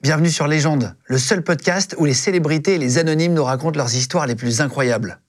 Bienvenue sur Légende, le seul podcast où les célébrités et les anonymes nous racontent leurs histoires les plus incroyables.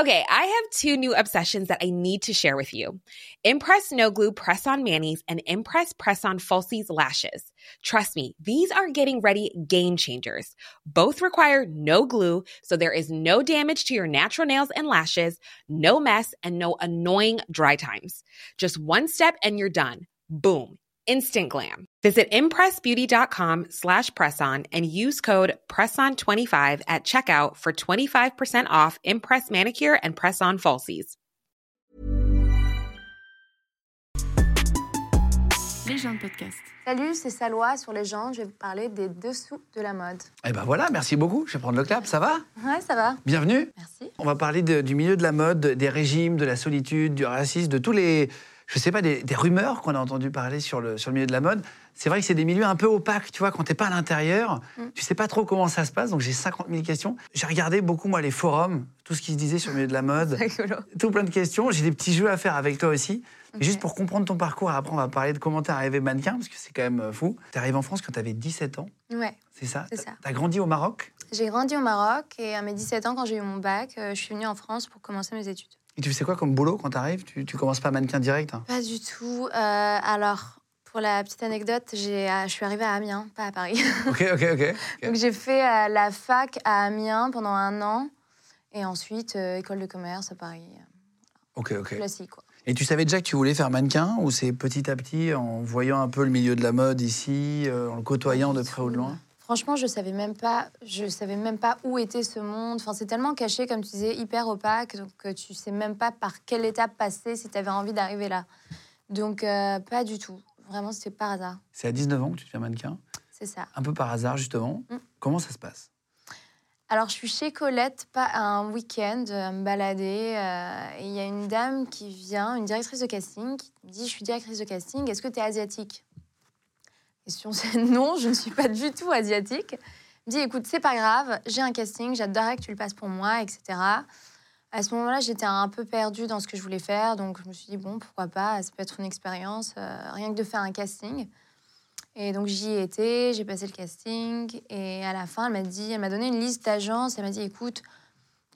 Okay, I have two new obsessions that I need to share with you Impress No Glue Press On Manny's and Impress Press On Falsies Lashes. Trust me, these are getting ready game changers. Both require no glue, so there is no damage to your natural nails and lashes, no mess, and no annoying dry times. Just one step and you're done. Boom. Instant glam. Visit impressbeauty.com slash presson and use code PRESSON25 at checkout for 25% off Impress Manicure and Press On Falsies. Les gens de podcast. Salut, c'est Salwa sur les gens. Je vais vous parler des dessous de la mode. Eh ben voilà, merci beaucoup. Je vais prendre le clap, ça va Ouais, ça va. Bienvenue. Merci. On va parler de- du milieu de la mode, de- des régimes, de la solitude, du racisme, de tous les, je sais pas, des, des rumeurs qu'on a entendu parler sur le, sur le milieu de la mode. C'est vrai que c'est des milieux un peu opaques, tu vois, quand t'es pas à l'intérieur, Mm. tu sais pas trop comment ça se passe, donc j'ai 50 000 questions. J'ai regardé beaucoup, moi, les forums, tout ce qui se disait sur le milieu de la mode, Rigolo. tout plein de questions. J'ai des petits jeux à faire avec toi aussi. Et Ok. Juste pour comprendre ton parcours, après on va parler de comment t'es arrivé mannequin, parce que c'est quand même euh, fou. T'es arrivé en France quand t'avais 17 ans, Ouais. c'est ça C'est ça. T'as grandi au Maroc J'ai grandi au Maroc et à mes 17 ans, quand j'ai eu mon bac, euh, je suis venue en France pour commencer mes études. et tu faisais quoi comme boulot quand t'arrives tu, tu commences pas mannequin direct hein Pas du tout. Euh, alors, pour la petite anecdote, j'ai, euh, je suis arrivée à Amiens, pas à Paris. Ok, ok, ok. Donc j'ai fait euh, la fac à Amiens pendant un an et ensuite euh, école de commerce à Paris. euh, Ok, ok. Classique, quoi. Et tu savais déjà que tu voulais faire mannequin ou c'est petit à petit en voyant un peu le milieu de la mode ici, euh, en le côtoyant de près ou de loin Franchement, je savais même pas, je savais même pas où était ce monde. Enfin, c'est tellement caché, comme tu disais, hyper opaque, donc euh, tu sais même pas par quelle étape passer si tu avais envie d'arriver là. Donc euh, pas du tout. Vraiment, c'était par hasard. C'est à 19 ans que tu deviens mannequin, C'est ça. un peu par hasard justement. Mm. Comment ça se passe Alors, je suis chez Colette, pas un week-end, à me balader. euh, et il y a une dame qui vient, une directrice de casting, qui me dit Je suis directrice de casting, est-ce que tu es asiatique Et si on sait non, je ne suis pas du tout asiatique. Elle me dit Écoute, c'est pas grave, j'ai un casting, j'adorerais que tu le passes pour moi, etc. À ce moment-là, j'étais un peu perdue dans ce que je voulais faire, donc je me suis dit Bon, pourquoi pas, ça peut être une expérience, euh, rien que de faire un casting. Et donc j'y ai été, j'ai passé le casting et à la fin elle m'a dit, elle m'a donné une liste d'agences, elle m'a dit écoute,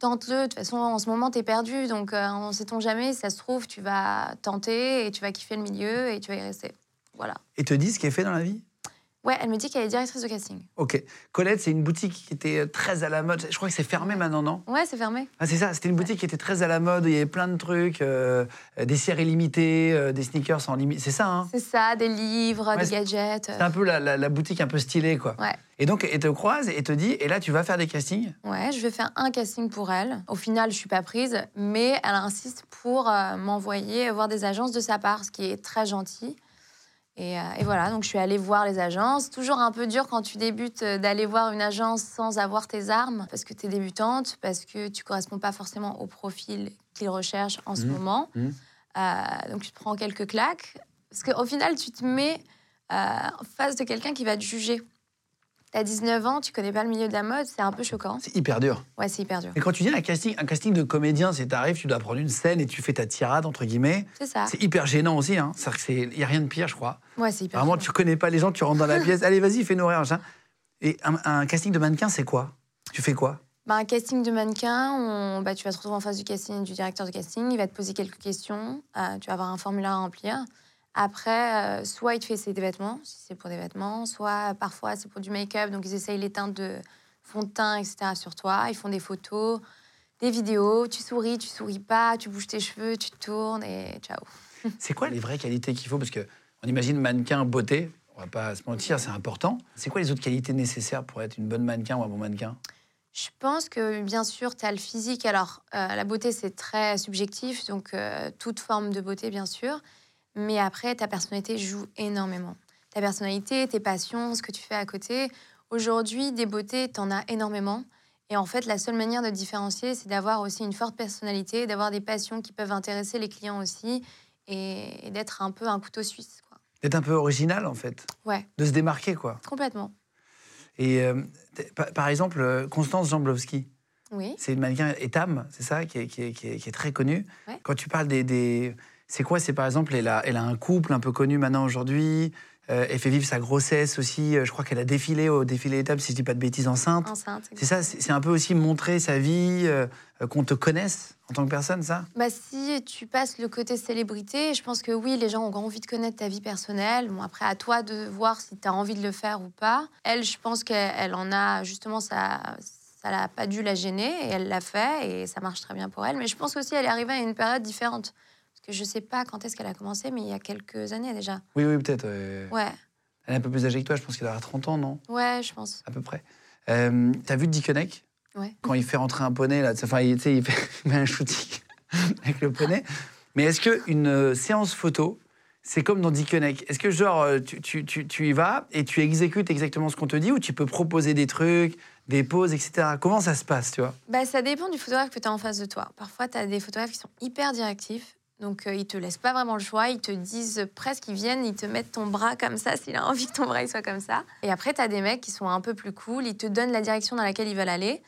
tente-le, de toute façon en ce moment t'es perdu donc euh, on sait-on jamais, si ça se trouve tu vas tenter et tu vas kiffer le milieu et tu vas y rester. Voilà. Et te dit ce qui est fait dans la vie Ouais, elle me dit qu'elle est directrice de casting. Ok. Colette, c'est une boutique qui était euh, très à la mode. Je crois que c'est fermé maintenant, non Ouais, c'est fermé. Ah, c'est ça, c'était une boutique qui était très à la mode. Il y avait plein de trucs, euh, euh, des séries limitées, euh, des sneakers en limite. C'est ça, hein C'est ça, des livres, Ouais, des gadgets. euh, C'est un peu la, la- la boutique un peu stylée, quoi. Ouais. Et donc, elle te croise et te dit, et là, tu vas faire des castings Ouais, je vais faire un casting pour elle. Au final, je suis pas prise, mais elle insiste pour euh, m'envoyer voir des agences de sa part, ce qui est très gentil. Et, euh, et voilà, donc je suis allée voir les agences. Toujours un peu dur quand tu débutes euh, d'aller voir une agence sans avoir tes armes, parce que tu es débutante, parce que tu corresponds pas forcément au profil qu'ils recherchent en ce Mhm. moment. Mhm. Euh, donc tu te prends quelques claques, parce qu'au final, tu te mets euh, en face de quelqu'un qui va te juger. T'as 19 ans, tu connais pas le milieu de la mode, c'est un peu choquant. C'est hyper dur. Ouais, c'est hyper dur. Mais quand tu dis un casting, un casting de comédien, c'est t'arrives, tu dois prendre une scène et tu fais ta tirade entre guillemets. C'est ça. C'est hyper gênant aussi, hein. C'est-à-dire que c'est, il y a rien de pire, je crois. Ouais, c'est hyper Vraiment, dur. tu connais pas les gens, tu rentres dans la pièce. Allez, vas-y, fais-nous rire, machin. hein. Et un, un casting de mannequin, c'est quoi Tu fais quoi Bah, un casting de mannequin, on- bah, tu vas te retrouver en face du casting, du directeur de casting, il va te poser quelques questions, euh, tu vas avoir un formulaire à remplir. Après, euh, soit il te fait essayer des vêtements, si c'est pour des vêtements, soit euh, parfois c'est pour du make-up, donc ils essayent les teintes de fond de teint, etc. sur toi, ils font des photos, des vidéos, tu souris, tu souris pas, tu bouges tes cheveux, tu te tournes et ciao. C'est quoi les vraies qualités qu'il faut Parce que on imagine mannequin, beauté. On va pas se mentir, c'est important. C'est quoi les autres qualités nécessaires pour être une bonne mannequin ou un bon mannequin Je pense que bien sûr, tu as le physique. Alors, euh, la beauté, c'est très subjectif, donc euh, toute forme de beauté, bien sûr. Mais après, ta personnalité joue énormément. Ta personnalité, tes passions, ce que tu fais à côté. Aujourd'hui, des beautés, t'en as énormément. Et en fait, la seule manière de te différencier, c'est d'avoir aussi une forte personnalité, d'avoir des passions qui peuvent intéresser les clients aussi, et, et d'être un peu un couteau suisse, quoi. D'être un peu original, en fait. Ouais. De se démarquer, quoi. Complètement. Et euh, t'es- par par exemple, euh, Constance Jamblowski. Oui. C'est une mannequin Etam, c'est ça, qui est, qui est- qui est- qui est très connue. Ouais. Quand tu parles des. des- c'est quoi C'est par exemple, elle a, elle a un couple un peu connu maintenant aujourd'hui. euh, elle fait vivre sa grossesse aussi. Euh, Je crois qu'elle a défilé au défilé des tables, si je dis pas de bêtises, enceinte. enceinte. C'est ça, c'est c'est un peu aussi montrer sa vie, euh, euh, qu'on te connaisse en tant que personne, ça Bah, si tu passes le côté célébrité, je pense que oui, les gens ont envie de connaître ta vie personnelle. Bon, après, à toi de voir si tu as envie de le faire ou pas. Elle, je pense qu'elle elle en a justement, ça ça l'a pas dû la gêner et elle l'a fait et ça marche très bien pour elle. Mais je pense aussi elle est arrivée à une période différente. Parce que je sais pas quand est-ce qu'elle a commencé, mais il y a quelques années déjà. Oui, oui, peut-être. euh, Ouais, Elle est un peu plus âgée que toi, je pense qu'elle aura 30 ans, non ouais, je pense. À peu près. Euh, T'as vu Dickeneck Ouais. Quand il fait rentrer un poney, là, enfin, il, tu sais, il fait il met un shooting avec le poney. Mais est-ce qu'une séance photo, c'est comme dans Dickeneck Est-ce que, genre, euh, tu, tu- tu- tu y vas et tu exécutes exactement ce qu'on te dit ou tu peux proposer des trucs, des poses, etc. Comment ça se passe, tu vois Bah, ça dépend du photographe que tu as en face de toi. Parfois, tu as des photographes qui sont hyper directifs. Donc, euh, ils te laissent pas vraiment le choix. Ils te disent presque, ils viennent, ils te mettent ton bras comme ça s'il a envie que ton bras il soit comme ça. Et après, tu as des mecs qui sont un peu plus cool. Ils te donnent la direction dans laquelle ils veulent aller.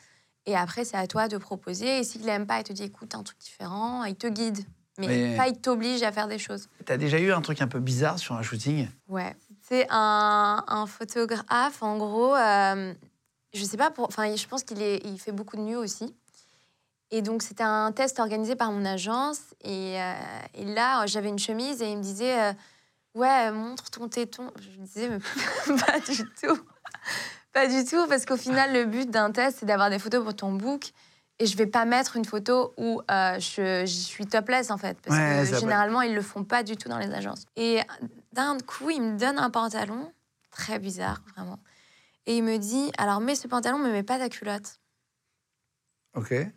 Et après, c'est à toi de proposer. Et s'il n'aime pas, il te dit écoute, un truc différent. Ils te guident. Mais Mais- pas, ils t'obligent à faire des choses. T'as déjà eu un truc un peu bizarre sur un shooting Ouais. C'est un, un photographe, en gros, euh, je sais pas, pour- enfin, je pense qu'il est, il fait beaucoup de nus aussi. Et donc, c'était un test organisé par mon agence. Et, euh, et là, j'avais une chemise et il me disait euh, Ouais, montre ton téton. Je me disais Mais pas du tout. pas du tout, parce qu'au final, le but d'un test, c'est d'avoir des photos pour ton book. Et je vais pas mettre une photo où euh, je, je suis topless, en fait. Parce Ouais, ça que va. généralement, ils le font pas du tout dans les agences. Et d'un coup, il me donne un pantalon, très bizarre, vraiment. Et il me dit Alors, mets ce pantalon, mais mets pas ta culotte. Ok. Et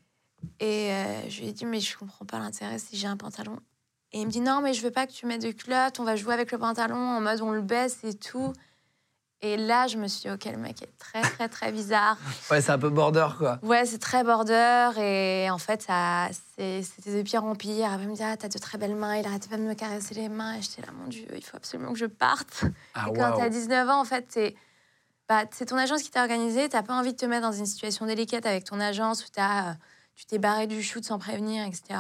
euh, je lui ai dit, mais je comprends pas l'intérêt si j'ai un pantalon. Et il me dit, non, mais je veux pas que tu mettes de culotte, on va jouer avec le pantalon en mode on le baisse et tout. Et là, je me suis dit, ok, le mec est très, très, très bizarre. Ouais, c'est un peu border, quoi. Ouais, c'est très border. Et en fait, ça, c'est- c'était de pire en pire. Après, il me dit, ah, t'as de très belles mains. Il arrêtait pas de me caresser les mains. Et j'étais là, mon Dieu, il faut absolument que je parte. Ah, Et quand waouh. t'as 19 ans, en fait, t'es- bah, c'est ton agence qui t'a organisé. T'as pas envie de te mettre dans une situation délicate avec ton agence où t'as, euh, tu t'es barré du shoot sans prévenir, etc.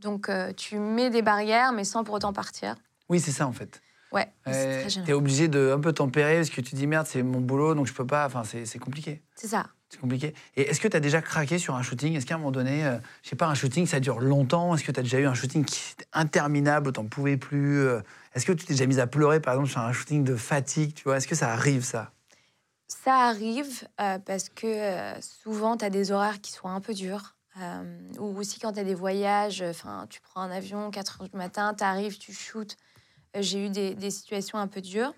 Donc, euh, tu mets des barrières, mais sans pour autant partir. Oui, c'est ça, en fait. Ouais, mais c'est Euh, très T'es gênant. obligé de un peu tempérer parce que tu dis merde, c'est mon boulot, donc je peux pas. Enfin, c'est c'est compliqué. C'est ça. C'est compliqué. Et est-ce que t'as déjà craqué sur un shooting Est-ce qu'à un moment donné, euh, je sais pas, un shooting, ça dure longtemps Est-ce que t'as déjà eu un shooting qui était interminable, t'en pouvais plus euh, Est-ce que tu t'es déjà mise à pleurer, par exemple, sur un shooting de fatigue Tu vois, est-ce que ça arrive ça Ça arrive euh, parce que euh, souvent, tu as des horaires qui sont un peu durs. Euh, ou aussi quand tu as des voyages, enfin, tu prends un avion, 4 heures du matin, tu arrives, tu shootes. Euh, J'ai eu des, des situations un peu dures.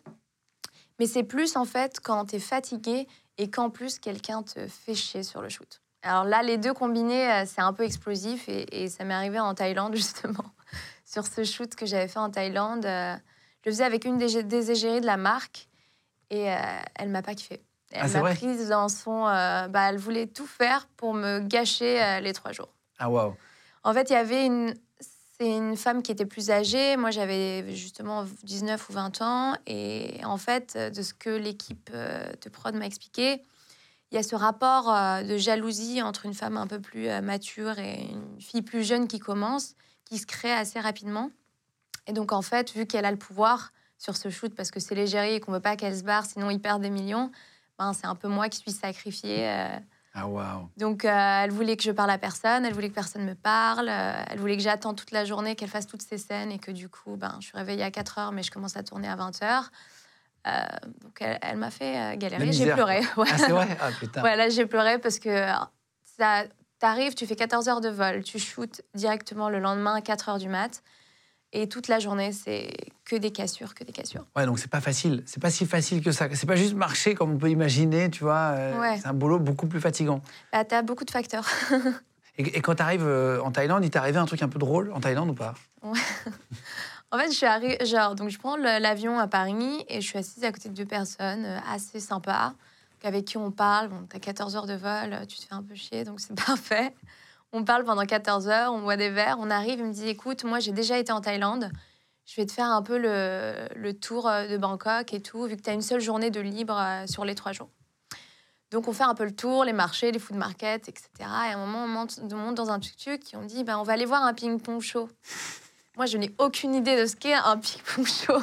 Mais c'est plus en fait quand tu es fatigué et qu'en plus quelqu'un te fait chier sur le shoot. Alors là, les deux combinés, euh, c'est un peu explosif et, et ça m'est arrivé en Thaïlande justement. sur ce shoot que j'avais fait en Thaïlande, euh, je le faisais avec une des, des égéries de la marque et euh, elle m'a pas kiffé. Elle Ah, c'est m'a vrai prise dans son. euh, bah, elle voulait tout faire pour me gâcher euh, les trois jours. Ah waouh. En fait, il y avait une. C'est une femme qui était plus âgée. Moi, j'avais justement 19 ou 20 ans. Et en fait, de ce que l'équipe euh, de prod m'a expliqué, il y a ce rapport euh, de jalousie entre une femme un peu plus euh, mature et une fille plus jeune qui commence, qui se crée assez rapidement. Et donc, en fait, vu qu'elle a le pouvoir sur ce shoot, parce que c'est l'égérie et qu'on veut pas qu'elle se barre, sinon ils perdent des millions, ben, c'est un peu moi qui suis sacrifiée. euh, Ah waouh. donc, euh, elle voulait que je parle à personne, elle voulait que personne me parle, euh, elle voulait que j'attende toute la journée, qu'elle fasse toutes ses scènes et que du coup, ben, je suis réveillée à 4 heures, mais je commence à tourner à 20 heures. Euh, donc, elle, elle m'a fait euh, La galérer, j'ai misère, pleuré. Ouais. Ah, c'est vrai Ah putain. Ouais, là, j'ai pleuré parce que euh, ça t'arrives, tu fais 14 heures de vol, tu shootes directement le lendemain à 4 heures du mat. Et toute la journée, c'est que des cassures, que des cassures. Ouais, donc c'est pas facile. C'est pas si facile que ça. C'est pas juste marcher comme on peut imaginer, tu vois. euh, Ouais. C'est un boulot beaucoup plus fatigant. Bah, t'as beaucoup de facteurs. Et, et quand t'arrives euh, en Thaïlande, il t'est arrivé un truc un peu drôle en Thaïlande ou pas En fait, je suis arrivée, genre, donc je prends le- l'avion à Paris et je suis assise à côté de deux personnes euh, assez sympas, donc avec qui on parle. Bon, t'as 14 heures de vol, euh, tu te fais un peu chier, donc c'est parfait. On parle pendant 14 heures, on boit des verres, on arrive, il me dit écoute, moi j'ai déjà été en Thaïlande, je vais te faire un peu le, le tour euh, de Bangkok et tout, vu que t'as une seule journée de libre euh, sur les trois jours. Donc on fait un peu le tour, les marchés, les food markets, etc. Et à un moment, on monte, on monte dans un tuk-tuk et on dit ben, on va aller voir un ping-pong show. Moi, je n'ai aucune idée de ce qu'est un ping-pong show.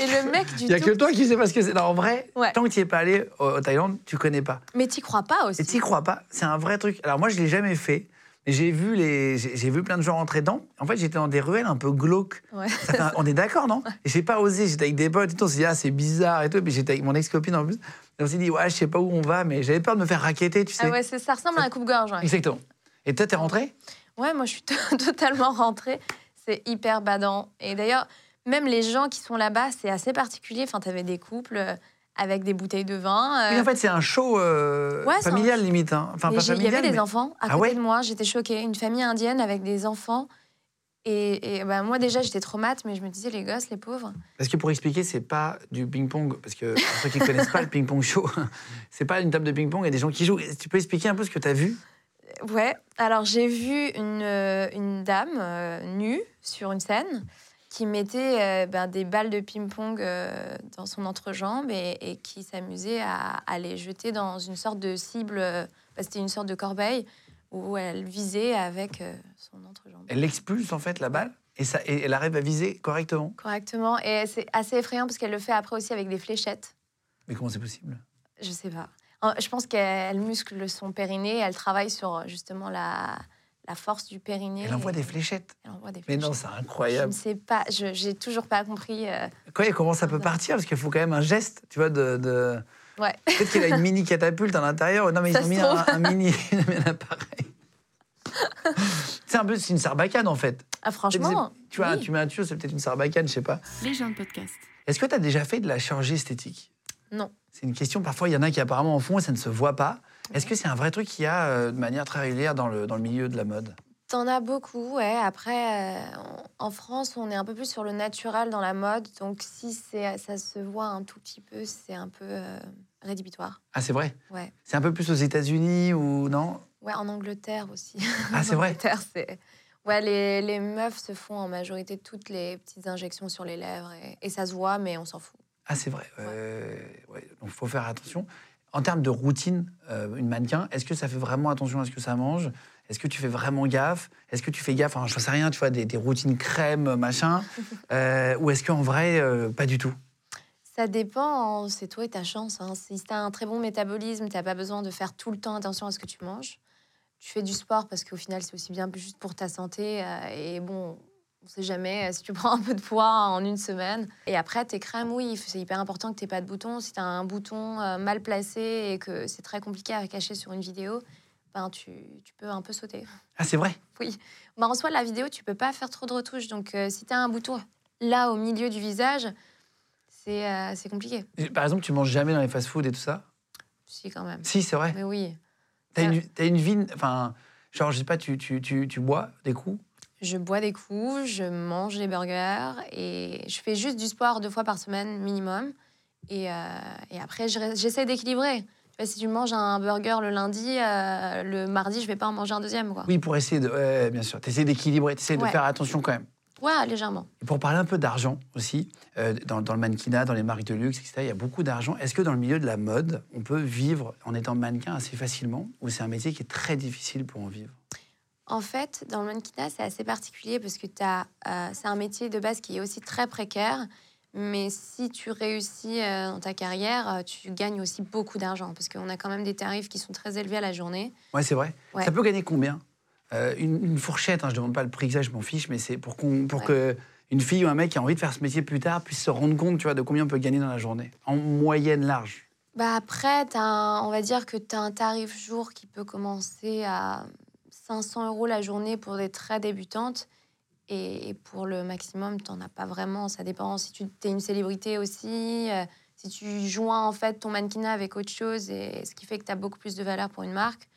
Et le mec du Il n'y a tout- que toi qui sais pas ce que c'est. Non, en vrai, Ouais. tant que tu n'y es pas allé au, au Thaïlande, tu connais pas. Mais t'y crois pas aussi. Et tu crois pas, c'est un vrai truc. Alors moi, je l'ai jamais fait. mais J'ai vu, les... j'ai j'ai vu plein de gens rentrer dedans. En fait, j'étais dans des ruelles un peu glauques. Ouais. Ça fait un- On est d'accord, non Et J'ai pas osé, j'étais avec des potes et tout. On s'est dit, ah, c'est bizarre et tout. Puis j'étais avec mon ex-copine en plus. Et on s'est dit, ouais, je sais pas où on va, mais j'avais peur de me faire raqueter, tu sais. Ah ouais, c'est- ça ressemble à un coupe-gorge. Ouais. Exactement. Et toi, t'es rentré Ouais, moi je suis to- totalement rentrée. C'est hyper badant. Et d'ailleurs, même les gens qui sont là-bas, c'est assez particulier. Enfin, t'avais des couples euh, avec des bouteilles de vin. euh, Oui, en fait, c'est un show euh, Ouais, c'est un familial, limite. hein. Enfin, et pas j'ai- il y familial. avait des mais- enfants à Ah côté ouais de moi. J'étais choquée. Une famille indienne avec des enfants. Et, et, ben, moi déjà, j'étais traumatisée, mais je me disais, les gosses, les pauvres. Parce que pour expliquer, c'est pas du ping-pong, parce que pour ceux qui ne connaissent pas le ping-pong show, c'est pas une table de ping-pong et des gens qui jouent. Tu peux expliquer un peu ce que tu as vu Ouais, alors j'ai vu une, euh, une dame euh, nue sur une scène qui mettait euh, ben, des balles de ping-pong euh, dans son entrejambe et, et qui s'amusait à, à les jeter dans une sorte de cible, euh, ben, c'était une sorte de corbeille où elle visait avec euh, son entrejambe. Elle expulse en fait la balle et, ça, et elle arrive à viser correctement. Correctement, et c'est assez effrayant parce qu'elle le fait après aussi avec des fléchettes. Mais comment c'est possible Je sais pas. Euh, Je pense qu'elle muscle son périnée, elle travaille sur euh, justement la, la force du périnée. Elle envoie et- des fléchettes. Elle envoie des Mais fléchettes. non, c'est Je ne incroyable. sais pas, je- j'ai toujours pas compris. euh, Quoi, et comment ça peut partir Parce qu'il faut quand même un geste, tu vois, de. de- Ouais. Peut-être qu'il a une mini catapulte à l'intérieur. Non, mais Ça ils ont se mis un, un mini un appareil. c'est un peu c'est une sarbacane en fait. Ah, franchement, tu vois, oui. tu mets un tuyau, c'est peut-être une sarbacane, je sais pas. Les gens de podcast. Est-ce que tu as déjà fait de la chirurgie esthétique Non. C'est une question, parfois il y en a qui apparemment en font et ça ne se voit pas. Est-ce que c'est un vrai truc qu'il y a euh, de manière très régulière dans le, dans le milieu de la mode t'en as beaucoup. Ouais. Après, euh, en en France, on est un peu plus sur le naturel dans la mode. Donc, si c'est- ça se voit un tout petit peu, c'est un peu euh, rédhibitoire. Ah, c'est vrai Ouais. C'est un peu plus aux États-Unis ou non Ouais, en Angleterre aussi. Ah, c'est En vrai Angleterre, c'est. Ouais, les, les meufs se font en majorité toutes les petites injections sur les lèvres et, et ça se voit, mais on s'en fout. Ah, c'est vrai. Euh, ouais, donc, faut faire attention. En termes de routine, euh, une mannequin, est-ce que ça fait vraiment attention à ce que ça mange Est-ce que tu fais vraiment gaffe Est-ce que tu fais gaffe Enfin, je sais rien, tu vois, des, des routines crème, machin. Euh, ou est-ce qu'en vrai, euh, pas du tout Ça dépend, hein, c'est toi et ta chance. hein. Si tu as un très bon métabolisme, tu n'as pas besoin de faire tout le temps attention à ce que tu manges. Tu fais du sport parce qu'au final, c'est aussi bien juste pour ta santé. euh, et bon, on ne sait jamais euh, si tu prends un peu de poids en une semaine. Et après, tes crèmes, oui, c'est hyper important que tu pas de bouton. Si tu as un bouton euh, mal placé et que c'est très compliqué à cacher sur une vidéo, ben, tu, tu peux un peu sauter. Ah, c'est vrai Bah, en soi, la vidéo, tu peux pas faire trop de retouches. Donc, euh, si tu as un bouton là, au milieu du visage, c'est euh, c'est compliqué. Par exemple, tu manges jamais dans les fast-foods et tout ça Si, quand même. Si, c'est vrai. Mais oui, T'as une, t'as une vie, enfin, genre, je sais pas, tu, tu, tu, tu bois des coups je bois des coups, je mange des burgers et je fais juste du sport deux fois par semaine minimum. Et, euh, et après, je reste- j'essaie d'équilibrer. Tu vois, si tu manges un burger le lundi, euh, le mardi, je vais pas en manger un deuxième. Quoi. Oui, pour essayer de. Ouais, bien sûr. T'essayes d'équilibrer, t'essayes de Ouais. faire attention quand même. Ouais, légèrement. Et Pour parler un peu d'argent aussi, euh, dans, dans le mannequinat, dans les marques de luxe, etc., il y a beaucoup d'argent. Est-ce que dans le milieu de la mode, on peut vivre en étant mannequin assez facilement ou c'est un métier qui est très difficile pour en vivre En fait, dans le mannequinat, c'est assez particulier parce que t'as, euh, c'est un métier de base qui est aussi très précaire. Mais si tu réussis euh, dans ta carrière, euh, tu gagnes aussi beaucoup d'argent parce qu'on a quand même des tarifs qui sont très élevés à la journée. Ouais, c'est vrai. Ouais. Ça peut gagner combien Euh, une, une fourchette, hein, je ne demande pas le prix exact, je m'en fiche, mais c'est pour, qu'on, pour Ouais. que une fille ou un mec qui a envie de faire ce métier plus tard puisse se rendre compte tu vois, de combien on peut gagner dans la journée, en moyenne large. Bah après, t'as un- on va dire que tu as un tarif jour qui peut commencer à 500 euros la journée pour des très débutantes. Et, et pour le maximum, tu as pas vraiment. Ça dépend si tu es une célébrité aussi, euh, si tu joins en fait ton mannequinat avec autre chose, et ce qui fait que tu as beaucoup plus de valeur pour une marque.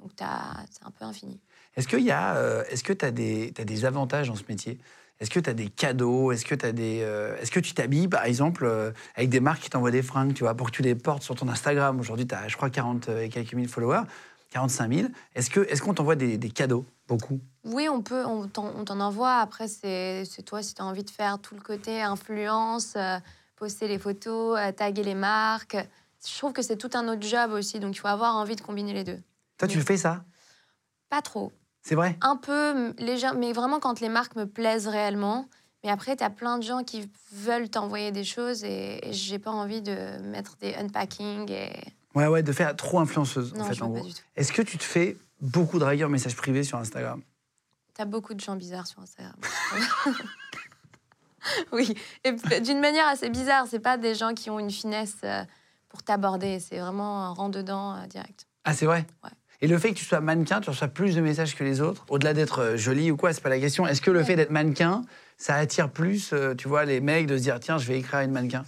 Donc t'as- c'est un peu infini. Est-ce qu'il y a, euh, est-ce que tu as des, t'as des avantages dans ce métier Est-ce que tu as des cadeaux Est-ce que tu des, euh, est-ce que tu t'habilles par exemple euh, avec des marques qui t'envoient des fringues, tu vois, pour que tu les portes sur ton Instagram Aujourd'hui, tu as, je crois, 40 et quelques mille followers, 45 000. Est-ce que, est-ce qu'on t'envoie des, des cadeaux beaucoup Oui, on peut, on t'en on t'en envoie. Après, c'est c'est toi si tu as envie de faire tout le côté influence, euh, poster les photos, euh, taguer les marques. Je trouve que c'est tout un autre job aussi, donc il faut avoir envie de combiner les deux. Toi, tu Oui. fais ça Pas trop. C'est vrai Un peu m- légère, mais vraiment quand les marques me plaisent réellement. Mais après, tu as plein de gens qui veulent t'envoyer des choses et, et j'ai pas envie de mettre des unpacking. Et... Ouais, ouais, de faire trop influenceuse, Non, en fait, je en veux pas gros. du tout. Est-ce que tu te fais beaucoup draguer en message privé sur Instagram T'as beaucoup de gens bizarres sur Instagram. oui, et p- d'une manière assez bizarre. C'est pas des gens qui ont une finesse euh, pour t'aborder. C'est vraiment un rang dedans euh, direct. Ah, c'est vrai Ouais. Et le fait que tu sois mannequin, tu reçois plus de messages que les autres, au-delà d'être euh, jolie ou quoi, c'est pas la question. Est-ce que le Ouais. fait d'être mannequin, ça attire plus, euh, tu vois, les mecs de se dire, tiens, je vais écrire à une mannequin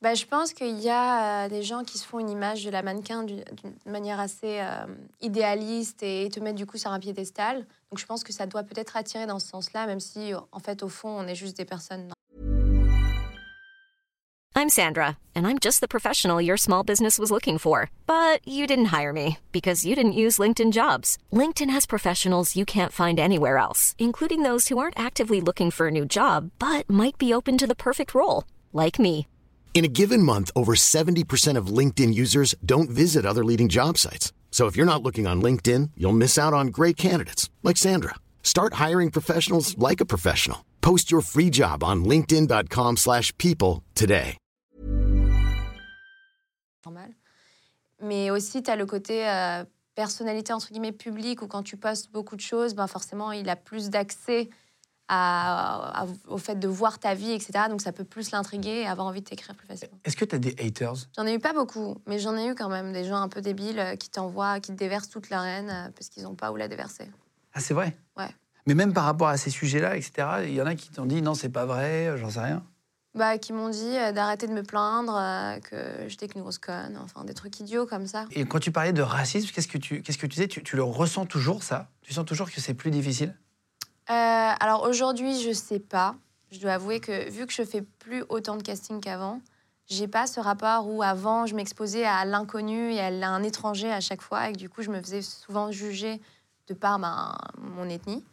Bah, je pense qu'il y a euh, des gens qui se font une image de la mannequin d'une d'une manière assez euh, idéaliste et te mettent du coup sur un piédestal. Donc je pense que ça doit peut-être attirer dans ce sens-là, même si en fait au fond on est juste des personnes I'm Sandra, and I'm just the professional your small business was looking for. But you didn't hire me because you didn't use LinkedIn jobs. LinkedIn has professionals you can't find anywhere else, including those who aren't actively looking for a new job but might be open to the perfect role, like me. In a given month, over 70% of LinkedIn users don't visit other leading job sites. So if you're not looking on LinkedIn, you'll miss out on great candidates like Sandra. Start hiring professionals like a professional. Post your free job on linkedin.com/people slash people today. normales. Mais aussi tu as le côté euh, personnalité entre guillemets publique où quand tu postes beaucoup de choses, ben forcément il a plus d'accès à- à- au fait de voir ta vie, etc. Donc ça peut plus l'intriguer et avoir envie de t'écrire plus facilement. Est-ce que t'as des haters J'en ai eu pas beaucoup, mais j'en ai eu quand même des gens un peu débiles euh, qui t'envoient, qui te déversent toute la haine euh, parce qu'ils n'ont pas où la déverser. Ah, c'est vrai Ouais. Mais même par rapport à ces sujets-là, etc., il y en a qui t'ont dit, non, c'est pas vrai, euh, j'en sais rien. Bah, qui m'ont dit euh, d'arrêter de me plaindre, euh, que j'étais qu'une grosse conne, enfin des trucs idiots comme ça. Et quand tu parlais de racisme, qu'est-ce que tu, qu'est-ce que tu disais tu, tu le ressens toujours, ça Tu sens toujours que c'est plus difficile Euh, alors aujourd'hui, je sais pas. Je dois avouer que vu que je fais plus autant de casting qu'avant, j'ai pas ce rapport où avant je m'exposais à l'inconnu et à un étranger à chaque fois et que du coup je me faisais souvent juger de par ma- mon ethnie.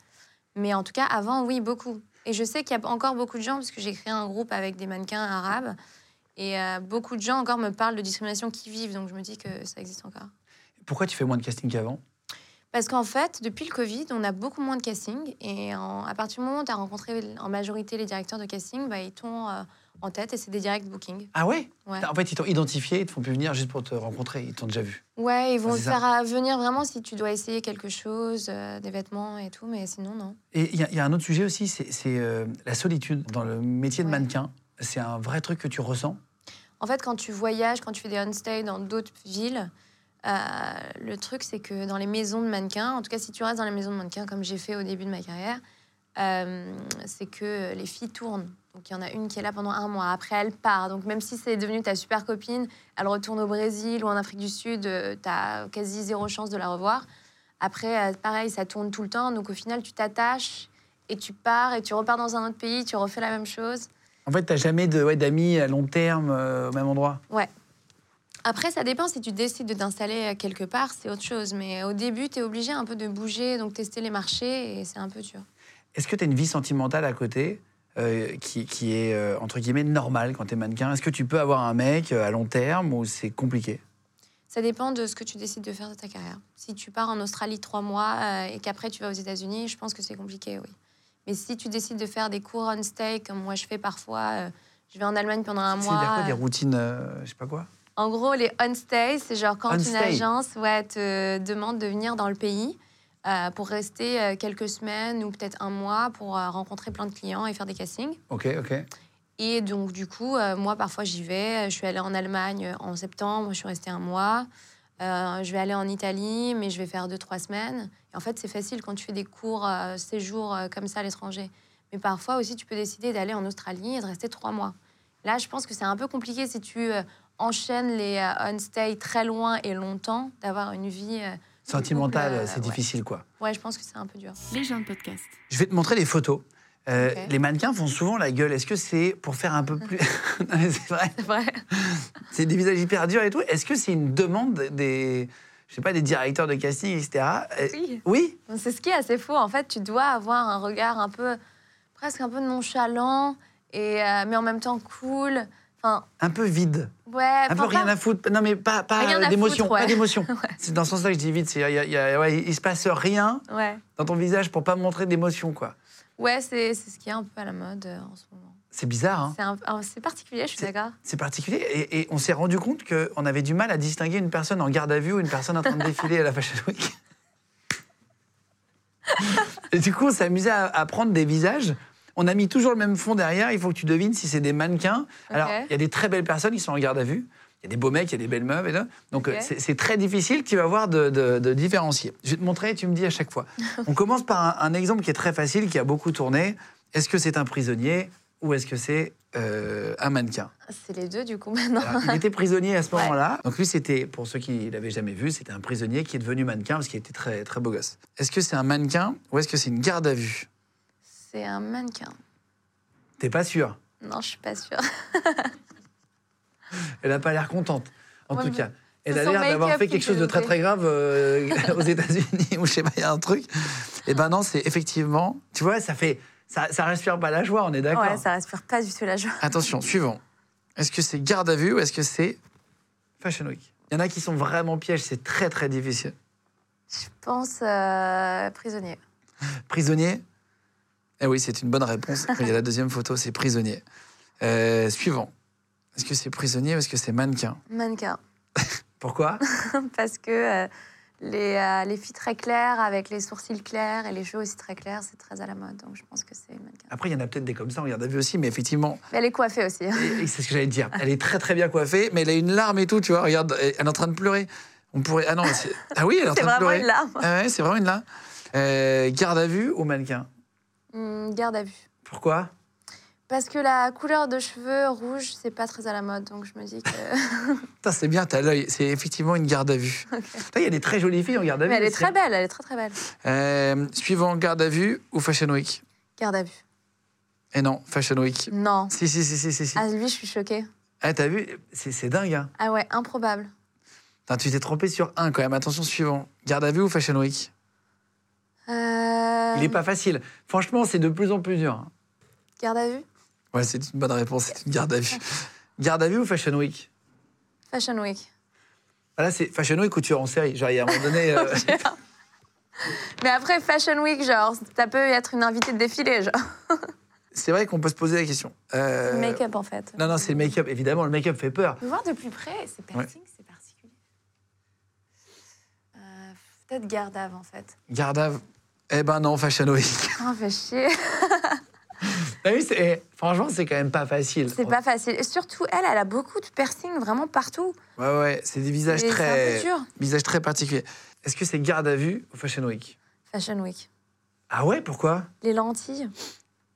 Mais en tout cas, avant, oui, beaucoup. Et je sais qu'il y a encore beaucoup de gens, parce que j'ai créé un groupe avec des mannequins arabes, et euh, beaucoup de gens encore me parlent de discrimination qui vivent, donc je me dis que ça existe encore. Pourquoi tu fais moins de casting qu'avant Parce qu'en fait, depuis le Covid, on a beaucoup moins de casting. Et en- à partir du moment où tu as rencontré en majorité les directeurs de casting, bah, ils t'ont euh, en tête et c'est des direct bookings. Ah ouais, Ouais. En fait, ils t'ont identifié, ils te font plus venir juste pour te rencontrer, ils t'ont déjà vu. Ouais, ils vont Ah, te c'est faire à- venir vraiment si tu dois essayer quelque chose, euh, des vêtements et tout, mais sinon, non. Et il y, a- il y a un autre sujet aussi, c'est c'est, euh, la solitude dans le métier de Ouais. mannequin. C'est un vrai truc que tu ressens. En fait, quand tu voyages, quand tu fais des on-stay dans d'autres villes, euh, le truc, c'est que dans les maisons de mannequins, en tout cas, si tu restes dans les maisons de mannequins, comme j'ai fait au début de ma carrière, euh, c'est que les filles tournent. Donc, il y en a une qui est là pendant un mois. Après, elle part. Donc, même si c'est devenu ta super copine, elle retourne au Brésil ou en Afrique du Sud, tu as quasi zéro chance de la revoir. Après, euh, pareil, ça tourne tout le temps. Donc, au final, tu t'attaches et tu pars et tu repars dans un autre pays, tu refais la même chose. En fait, t'as jamais de- ouais, d'amis à long terme euh, au même endroit. Après, ça dépend. Si tu décides de t'installer euh, quelque part, c'est autre chose. Mais au début, tu es obligé un peu de bouger, donc tester les marchés, et c'est un peu dur. Est-ce que tu as une vie sentimentale à côté euh, qui, qui est, euh, entre guillemets, normale quand tu es mannequin Est-ce que tu peux avoir un mec euh, à long terme ou c'est compliqué Ça dépend de ce que tu décides de faire de ta carrière. Si tu pars en Australie trois mois euh, et qu'après tu vas aux États-Unis, je pense que c'est compliqué, oui. Mais si tu décides de faire des cours on stay, comme moi je fais parfois, euh, je vais en Allemagne pendant un C'est-à-dire mois. quoi, des euh, routines, euh, je sais pas quoi En gros, les on-stay, c'est genre quand On une stay. agence ouais, te demande de venir dans le pays euh, pour rester euh, quelques semaines ou peut-être un mois pour euh, rencontrer plein de clients et faire des castings. Ok, ok. Et donc, du coup, euh, moi, parfois, j'y vais. Euh, Je suis allée en Allemagne euh, en septembre, je suis restée un mois. Euh, je vais aller en Italie, mais je vais faire deux, trois semaines. Et en fait, c'est facile quand tu fais des cours, euh, séjours euh, comme ça à l'étranger. Mais parfois aussi, tu peux décider d'aller en Australie et de rester trois mois. Là, je pense que c'est un peu compliqué si tu euh, enchaînes les euh, on-stay très loin et longtemps, d'avoir une vie. euh, Sentimentale, couple, euh, c'est ouais. difficile, quoi. Ouais, je pense que c'est un peu dur. Les gens de podcast. Je vais te montrer des photos. Euh, Ok. Les mannequins font souvent la gueule. Est-ce que c'est pour faire un peu plus. Non, mais c'est vrai. C'est vrai. C'est des visages hyper durs et tout. Est-ce que c'est une demande des, je sais pas, des directeurs de casting, etc. Euh, Oui. Oui C'est ce qui est assez fou. En fait, tu dois avoir un regard un peu, presque un peu nonchalant, et, euh, mais en même temps cool. Enfin, Un peu vide. ouais. Un peu rien à foutre. Non, mais pas, pas Rien à euh, d'émotion. foutre, ouais. Pas d'émotion. C'est dans ce sens-là que je dis vide. c'est- il y a- il y a- ouais, il se passe rien Ouais. dans ton visage pour pas montrer d'émotion, quoi. Ouais, c'est c'est ce qui est un peu à la mode euh, en ce moment. C'est bizarre, hein C'est un- un- C'est particulier, je suis d'accord. C'est particulier. Et, et on s'est rendu compte qu'on avait du mal à distinguer une personne en garde à vue ou une personne en train de défiler à la Fashion Week. et du coup, on s'est amusé à, à prendre des visages. On a mis toujours le même fond derrière. Il faut que tu devines si c'est des mannequins. Alors, il y a des très belles personnes qui sont en garde à vue. Il y a des beaux mecs, il y a des belles meufs. Et là. Donc, Ok. euh, c'est c'est très difficile, tu vas voir, de, de- de différencier. Je vais te montrer et tu me dis à chaque fois. On commence par un, un exemple qui est très facile, qui a beaucoup tourné. Est-ce que c'est un prisonnier ou est-ce que c'est euh, un mannequin C'est les deux, du coup, maintenant. alors, Ah, il était prisonnier à ce moment-là. Donc lui, c'était, pour ceux qui l'avaient jamais vu, c'était un prisonnier qui est devenu mannequin parce qu'il était très, très beau gosse. Est-ce que c'est un mannequin ou est-ce que c'est une garde à vue C'est un mannequin. T'es pas sûr. Non, je suis pas sûre. Elle a pas l'air contente, en Ouais, tout mais cas. Elle c'est a son l'air d'avoir make-up fait qui quelque te chose de le très fait. très grave euh, aux États-Unis ou je sais pas, il y a un truc. Et ben non, c'est effectivement. Tu vois, ça fait, ça, ça respire pas la joie, on est d'accord. Ouais, ça respire pas du tout la joie. Attention, suivant. Est-ce que c'est garde à vue ou est-ce que c'est Fashion Week Il y en a qui sont vraiment pièges, c'est très très difficile. Je pense euh, prisonnier. Prisonnier Eh oui, c'est une bonne réponse. Il y a la deuxième photo, c'est prisonnier. Euh, suivant. Est-ce que c'est prisonnier ou est-ce que c'est mannequin Mannequin. Pourquoi Parce que euh, les, euh, les filles très claires, avec les sourcils clairs et les cheveux aussi très clairs, c'est très à la mode. Donc je pense que c'est mannequin. Après, il y en a peut-être des comme ça, on regarde à vue aussi, mais effectivement, Mais elle est coiffée aussi. et- et c'est ce que j'allais te dire. Elle est très très bien coiffée, mais elle a une larme et tout, tu vois. Regarde, elle elle est en train de pleurer. On pourrait. Ah non, c'est- ah oui, elle est en C'est train de pleurer. vraiment une larme. Ah ouais, c'est vraiment une larme. Euh, garde à vue ou mannequin Hum, garde à vue. Pourquoi Parce que la couleur de cheveux rouge, c'est pas très à la mode. Donc je me dis que. Ah Putain, c'est bien, t'as l'œil. C'est effectivement une garde à vue. Putain, Il y a des très jolies filles en garde à vue. Mais elle est aussi. très belle, elle est très très belle. Euh, suivant, garde à vue ou Fashion Week Garde à vue. Et non, Fashion Week. Non. Si, si, si, si, si. si. Ah, lui, je suis choquée. Ah, t'as vu C'est c'est dingue, hein. Ah ouais, improbable. Putain, tu t'es trompé sur un quand même. Attention, suivant. Garde à vue ou Fashion Week Euh, Il est pas facile. Franchement, c'est de plus en plus dur. hein. Garde à vue Ouais, c'est une bonne réponse, c'est une garde à vue. Garde à vue ou Fashion Week Fashion Week. Ah, Là, c'est Fashion Week ou tu es en série. Genre, il y a un moment donné. euh, Mais après, Fashion Week, genre, ça peut être une invitée de défilé, genre. c'est vrai qu'on peut se poser la question. Euh, Make-up, en fait. Non, non, c'est le make-up. Évidemment, le make-up fait peur. Le voir de plus près, c'est piercing, c'est particulier. Euh, Peut-être garde à vue, en fait. Garde à vue. Eh ben non, Fashion Week. Oh, fait chier. Ah oui, c'est- eh, franchement, c'est quand même pas facile. C'est pas facile. Et surtout, elle, elle a beaucoup de piercing vraiment partout. Ouais, ouais, c'est des Et visages C'est un très. peu dur. Visage très particulier. Est-ce que c'est garde à vue ou Fashion Week Fashion Week. Ah ouais, pourquoi Les lentilles.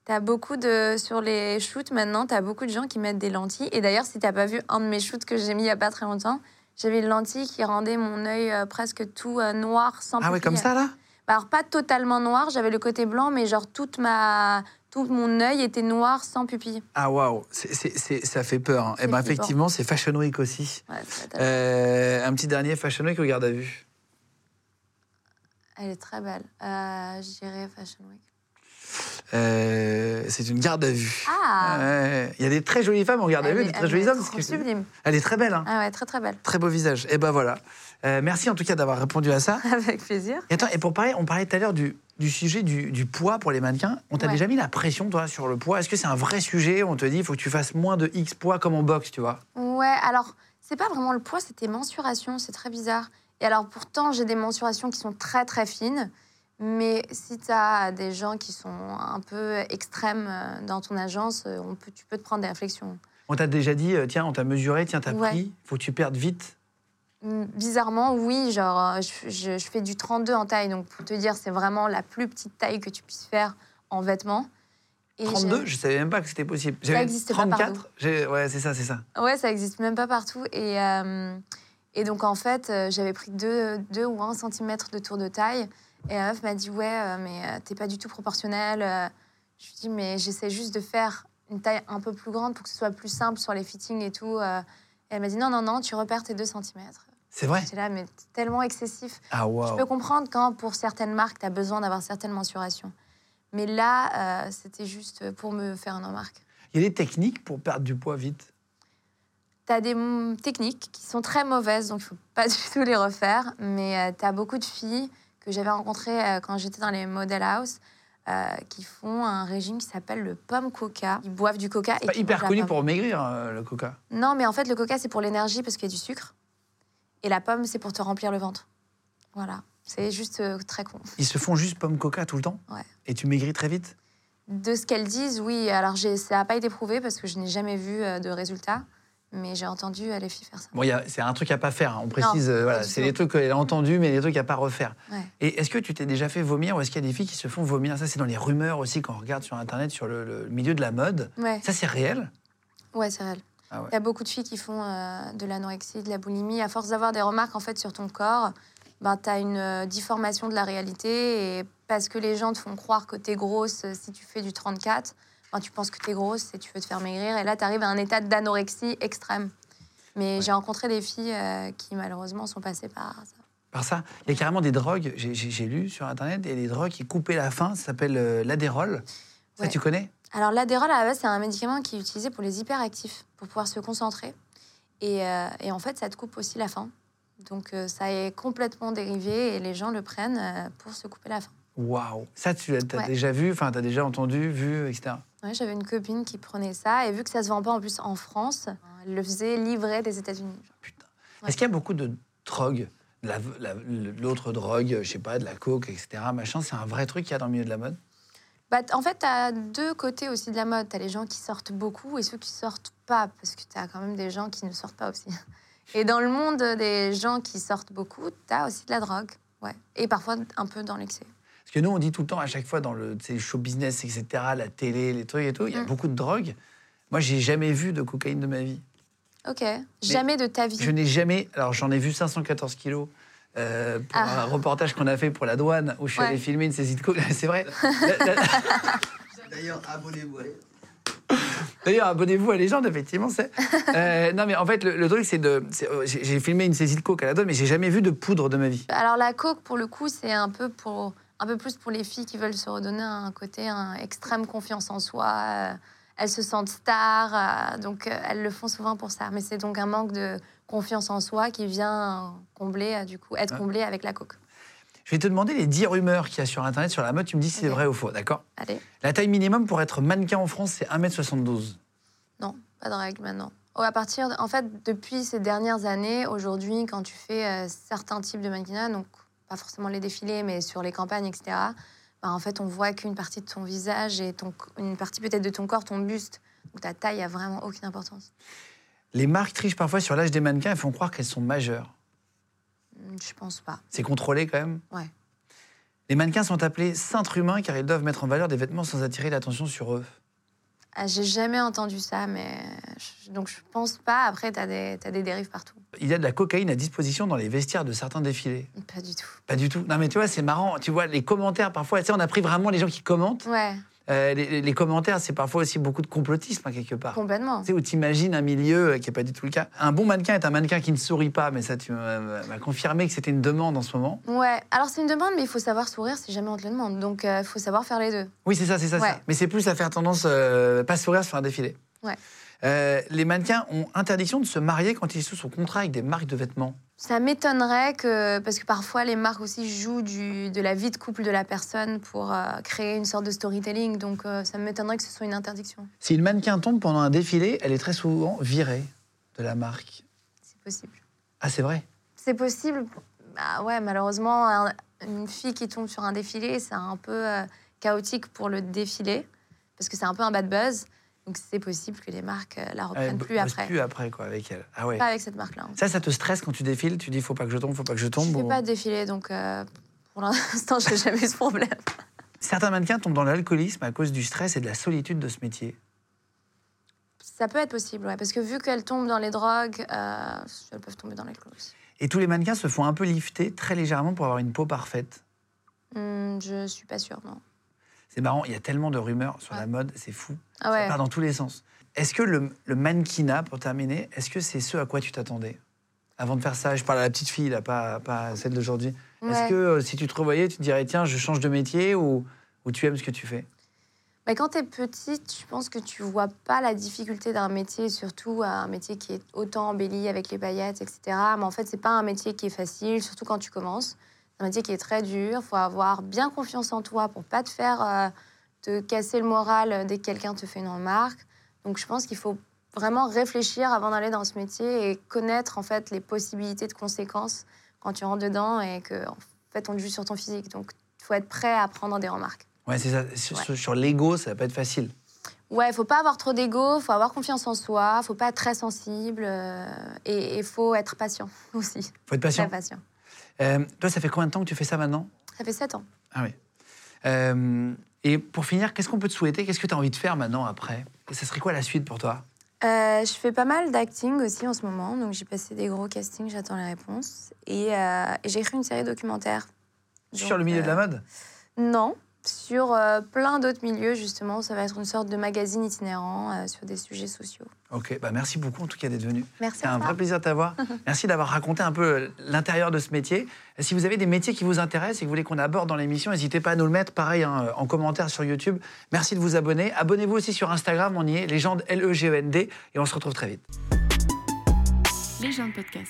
T'as beaucoup de. Sur les shoots maintenant, t'as beaucoup de gens qui mettent des lentilles. Et d'ailleurs, si t'as pas vu un de mes shoots que j'ai mis il y a pas très longtemps, j'avais une lentille qui rendait mon œil euh, presque tout euh, noir, sans Ah ouais, comme pupille. ça là Bah, Alors, pas totalement noir, j'avais le côté blanc, mais genre toute ma. Tout mon œil était noir, sans pupille. Ah waouh, c'est- c'est- c'est- ça fait peur. hein. Eh C'est ben flippant. effectivement, c'est Fashion Week aussi. Ouais, ça t'a- Euh, un petit dernier Fashion Week au garde à vue. Elle est très belle. Euh, je dirais Fashion Week. Euh, c'est une garde à vue. Ah Ouais. Il y a des très jolies femmes en garde à Elle vue, est- des très elle jolies est hommes. c'est ce trop que je te dis. sublime. Elle est très belle, hein. Ah ouais, très très belle. très beau visage. Eh ben voilà. Euh, merci en tout cas d'avoir répondu à ça. Avec plaisir. Et attends, et pour parler, on parlait tout à l'heure du, du sujet du, du poids pour les mannequins. On t'a Ouais. déjà mis la pression, toi, sur le poids Est-ce que c'est un vrai sujet On te dit, il faut que tu fasses moins de X poids comme en boxe, tu vois Ouais, alors, c'est pas vraiment le poids, c'est tes mensurations, c'est très bizarre. Et alors, pourtant, j'ai des mensurations qui sont très très fines, mais si t'as des gens qui sont un peu extrêmes euh, dans ton agence, euh, on peut, tu peux te prendre des réflexions. On t'a déjà dit, euh, tiens, on t'a mesuré, tiens, t'as Ouais. pris, faut que tu perdes vite. Mm, Bizarrement, oui, genre, euh, je, je- je fais du 32 en taille, donc pour te dire, c'est vraiment la plus petite taille que tu puisses faire en vêtements. Et j'ai- 32, je savais même pas que c'était possible. existe pas partout. 34. j'ai- ouais, c'est ça, c'est ça. Ouais, ça existe même pas partout. Et, euh, et donc, en fait, euh, j'avais pris 2 deux, deux ou 1 cm de tour de taille. Et la meuf m'a dit Ouais, euh, mais euh, t'es pas du tout proportionnelle. Euh, Je lui ai dit Mais j'essaie juste de faire une taille un peu plus grande pour que ce soit plus simple sur les fittings et tout. Euh, Et elle m'a dit Non, non, non, tu repères tes 2 cm. C'est vrai. J'étais là, mais c'est tellement excessif. Ah Je peux waouh. comprendre quand, pour certaines marques, t'as besoin d'avoir certaines mensurations. Mais là, euh, c'était juste pour me faire une remarque. Il y a des techniques pour perdre du poids vite. T'as des mm, techniques qui sont très mauvaises, donc il faut pas du tout les euh, refaire. Mais tu t'as beaucoup de filles que j'avais rencontrées euh, quand j'étais dans les model house euh, qui font un régime qui s'appelle le pomme coca. Ils boivent du coca. C'est pas qui hyper mangent la connu pomme. pour maigrir, euh, le coca. Non, mais en fait, le coca, c'est pour l'énergie parce qu'il y a du sucre. Et la pomme, c'est pour te remplir le ventre. Voilà. C'est juste euh, très con. Ils se font juste pomme coca tout le temps Ouais. Et tu maigris très vite De ce qu'elles disent, oui, alors j'ai- ça n'a pas été prouvé parce que je n'ai jamais vu euh, de résultat, mais j'ai entendu euh, les filles faire ça. Bon, il y a- c'est un truc à pas faire, hein, on précise. euh, voilà, du c'est tout. des trucs qu'elle a entendus, mais des trucs à pas refaire. Ouais. Et est-ce que tu t'es déjà fait vomir ou est-ce qu'il y a des filles qui se font vomir Ça, c'est dans les rumeurs aussi qu'on regarde sur Internet, sur le, le milieu de la mode. Ouais, Ça, c'est réel ouais c'est réel. Ah ouais. Il y a beaucoup de filles qui font euh, de l'anorexie, de la boulimie. À force d'avoir des remarques en fait sur ton corps, ben, tu as une euh, déformation de la réalité. Et parce que les gens te font croire que tu es grosse, euh, si tu fais du 34, ben, tu penses que tu es grosse et tu veux te faire maigrir. Et là, tu arrives à un état d'anorexie extrême. Mais j'ai rencontré des filles euh, qui malheureusement sont passées par ça. Par ça, il y a carrément des drogues, j'ai- j'ai j'ai lu sur Internet, et les drogues qui coupaient la faim, ça s'appelle euh, l'adérole. Ça, Ouais. tu connais Alors l'adérol, à la base, c'est un médicament qui est utilisé pour les hyperactifs, pour pouvoir se concentrer. Et, euh, et en fait, ça te coupe aussi la faim. Donc euh, ça est complètement dérivé et les gens le prennent euh, pour se couper la faim. Waouh Ça, tu as Ouais. déjà vu, enfin, tu as déjà entendu, vu, etc. Ouais, J'avais une copine qui prenait ça et vu que ça se vend pas en plus en France, euh, elle le faisait livrer des États-Unis. Putain. Ouais. Est-ce qu'il y a beaucoup de drogues De la- la- L'autre drogue, je sais pas, de la coke, etc. Machin, c'est un vrai truc qu'il y a dans le milieu de la mode. Bah, t- en fait, tu as deux côtés aussi de la mode. Tu as les gens qui sortent beaucoup et ceux qui sortent pas, parce que tu as quand même des gens qui ne sortent pas aussi. Et dans le monde des gens qui sortent beaucoup, tu as aussi de la drogue. Ouais. Et parfois un peu dans l'excès. Parce que nous, on dit tout le temps, à chaque fois, dans le tu sais, le show business, etc., la télé, les trucs et tout, il y a Mm. beaucoup de drogues. Moi, j'ai jamais vu de cocaïne de ma vie. Ok. Jamais de ta vie. Je n'ai jamais. Alors, j'en ai vu 514 kilos. euh, pour Ah. un reportage qu'on a fait pour la douane où je suis Ouais. allé filmer une saisie de coke. C'est vrai. La- la- D'ailleurs, abonnez-vous. allez. D'ailleurs, abonnez-vous à Légende, effectivement. C'est... Euh, non, mais en fait, le, le truc, c'est de. c'est- euh, j'ai, j'ai filmé une saisie de coke à la donne, mais j'ai jamais vu de poudre de ma vie. Alors la coke, pour le coup, c'est un peu pour un peu plus pour les filles qui veulent se redonner un côté un extrême confiance en soi. euh, Elles se sentent stars, euh, donc euh, elles le font souvent pour ça. Mais c'est donc un manque de confiance en soi qui vient combler, euh, du coup, être Ouais. comblé avec la coke. Je vais te demander les 10 rumeurs qu'il y a sur Internet sur la mode. Tu me dis si c'est Ok. vrai ou faux, d'accord Allez, La taille minimum pour être mannequin en France, c'est 1m72. non, pas de règle maintenant. Oh, à partir, de- en fait, depuis ces dernières années, aujourd'hui, quand tu fais euh, certains types de mannequinat, donc pas forcément les défilés, mais sur les campagnes, etc. bah, en fait, on voit qu'une partie de ton visage et ton, une partie peut-être de ton corps, ton buste. Donc ta taille a vraiment aucune importance. Les marques trichent parfois sur l'âge des mannequins et font croire qu'elles sont majeures. Hmm, Je pense pas. C'est contrôlé quand même Ouais. Les mannequins sont appelés cintres humains car ils doivent mettre en valeur des vêtements sans attirer l'attention sur eux. Ah, J'ai jamais entendu ça, mais je- donc je pense pas. Après, t'as des, t'as des dérives partout. Il y a de la cocaïne à disposition dans les vestiaires de certains défilés. Pas du tout. Pas du tout. Non, mais tu vois, c'est marrant. Tu vois, les commentaires, parfois, tu sais, on a pris vraiment les gens qui commentent. Ouais, Euh, les, les- les commentaires, c'est parfois aussi beaucoup de complotisme, hein, quelque part. complètement. Tu sais, où t'imagines un milieu euh, qui n'est pas du tout le cas. Un bon mannequin est un mannequin qui ne sourit pas, mais ça, tu m'as m'as confirmé que c'était une demande en ce moment. Ouais, alors c'est une demande, mais il faut savoir sourire si jamais on te le demande. Donc il faut savoir faire les deux. Oui, c'est ça, c'est ça, c'est Ouais. ça. Mais c'est plus à faire tendance, euh, pas sourire sur un défilé. Ouais. Euh, les mannequins ont interdiction de se marier quand ils sont sous contrat avec des marques de vêtements. Ça m'étonnerait que. Parce que parfois, les marques aussi jouent du, de la vie de couple de la personne pour euh, créer une sorte de storytelling. Donc, euh, ça m'étonnerait que ce soit une interdiction. Si une mannequin tombe pendant un défilé, elle est très souvent virée de la marque. C'est possible. Ah, c'est vrai C'est possible. Bah ouais, malheureusement, un- une fille qui tombe sur un défilé, c'est un peu euh, chaotique pour le défilé. Parce que c'est un peu un bad buzz. Donc, c'est possible que les marques euh, Elle la reprennent bo- plus bosse après. Eh, bah, Plus après, quoi, avec elle. Ah ouais. Pas avec cette marque-là. hein. Ça, ça te stresse quand tu défiles Tu dis, faut pas que je tombe, faut pas que je Je tombe. hein. fais ou- pas de défilé, donc euh, pour l'instant, je n'ai jamais eu ce problème. Certains mannequins tombent dans l'alcoolisme à cause du stress et de la solitude de ce métier. Ça peut être possible, ouais, parce que vu qu'elles tombent dans les drogues, euh, elles peuvent tomber dans l'alcool aussi. Et tous les mannequins se font un peu lifter très légèrement pour avoir une peau parfaite. Hmm, je suis pas sûre, non. C'est marrant, il y a tellement de rumeurs sur Ouais. la mode, c'est fou. Ah ouais. Ça part dans tous les sens. Est-ce que le, le mannequinat, pour terminer, est-ce que c'est ce à quoi tu t'attendais Avant de faire ça, je parle à la petite fille, là, pas, pas à celle d'aujourd'hui. Ouais. Est-ce que euh, si tu te revoyais, tu te dirais, tiens, je change de métier ou, ou tu aimes ce que tu fais Mais Bah, quand t'es petite, je pense que tu vois pas la difficulté d'un métier, surtout un métier qui est autant embelli avec les paillettes, etc. Mais en fait, c'est pas un métier qui est facile, surtout quand tu commences. un métier qui est très dur. Il faut avoir bien confiance en toi pour pas te faire euh, te casser le moral dès que quelqu'un te fait une remarque. Donc je pense qu'il faut vraiment réfléchir avant d'aller dans ce métier et connaître en fait les possibilités de conséquences quand tu rentres dedans et que en fait on te juge sur ton physique. Donc il faut être prêt à prendre des remarques. Ouais, c'est ça. Sur, Ouais. sur- sur l'ego, ça va pas être facile. Ouais, faut pas avoir trop d'ego, faut avoir confiance en soi, faut pas être très sensible euh, et il faut être patient aussi. Faut être Très patient. patient. Euh, toi, ça fait combien de temps que tu fais ça maintenant Ça fait 7 ans. Ah oui. Euh, et pour finir, qu'est-ce qu'on peut te souhaiter Qu'est-ce que tu as envie de faire maintenant après Et ça serait quoi la suite pour toi Euh, je fais pas mal d'acting aussi en ce moment, donc j'ai passé des gros castings, j'attends les réponses. Et, euh, et j'ai écrit une série documentaire. euh, Sur le milieu de la mode Non, sur euh, plein d'autres milieux justement. Ça va être une sorte de magazine itinérant euh, sur des sujets sociaux. Ok, bah merci beaucoup en tout cas d'être venu. Merci C'est à un toi. vrai plaisir de t'avoir. Merci d'avoir raconté un peu euh, l'intérieur de ce métier. Si vous avez des métiers qui vous intéressent et que vous voulez qu'on aborde dans l'émission, n'hésitez pas à nous le mettre, pareil, hein, en commentaire sur YouTube. Merci de vous abonner. Abonnez-vous aussi sur Instagram, on y est, légende E L-E-G-E-N-D, et on se retrouve très vite. Les gens de podcast.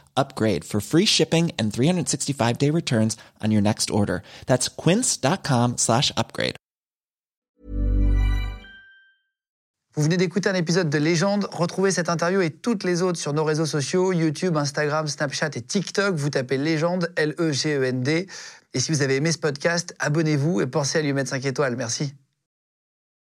upgrade for free shipping and 365 day returns on your next order. That's quince.com slash upgrade. Vous venez d'écouter un épisode de Légende. Retrouvez cette interview et toutes les autres sur nos réseaux sociaux, YouTube, Instagram, Snapchat et TikTok. Vous tapez Légende, E L-E-G-E-N-D. Et si vous avez aimé ce podcast, abonnez-vous et pensez à lui mettre 5 étoiles. Merci.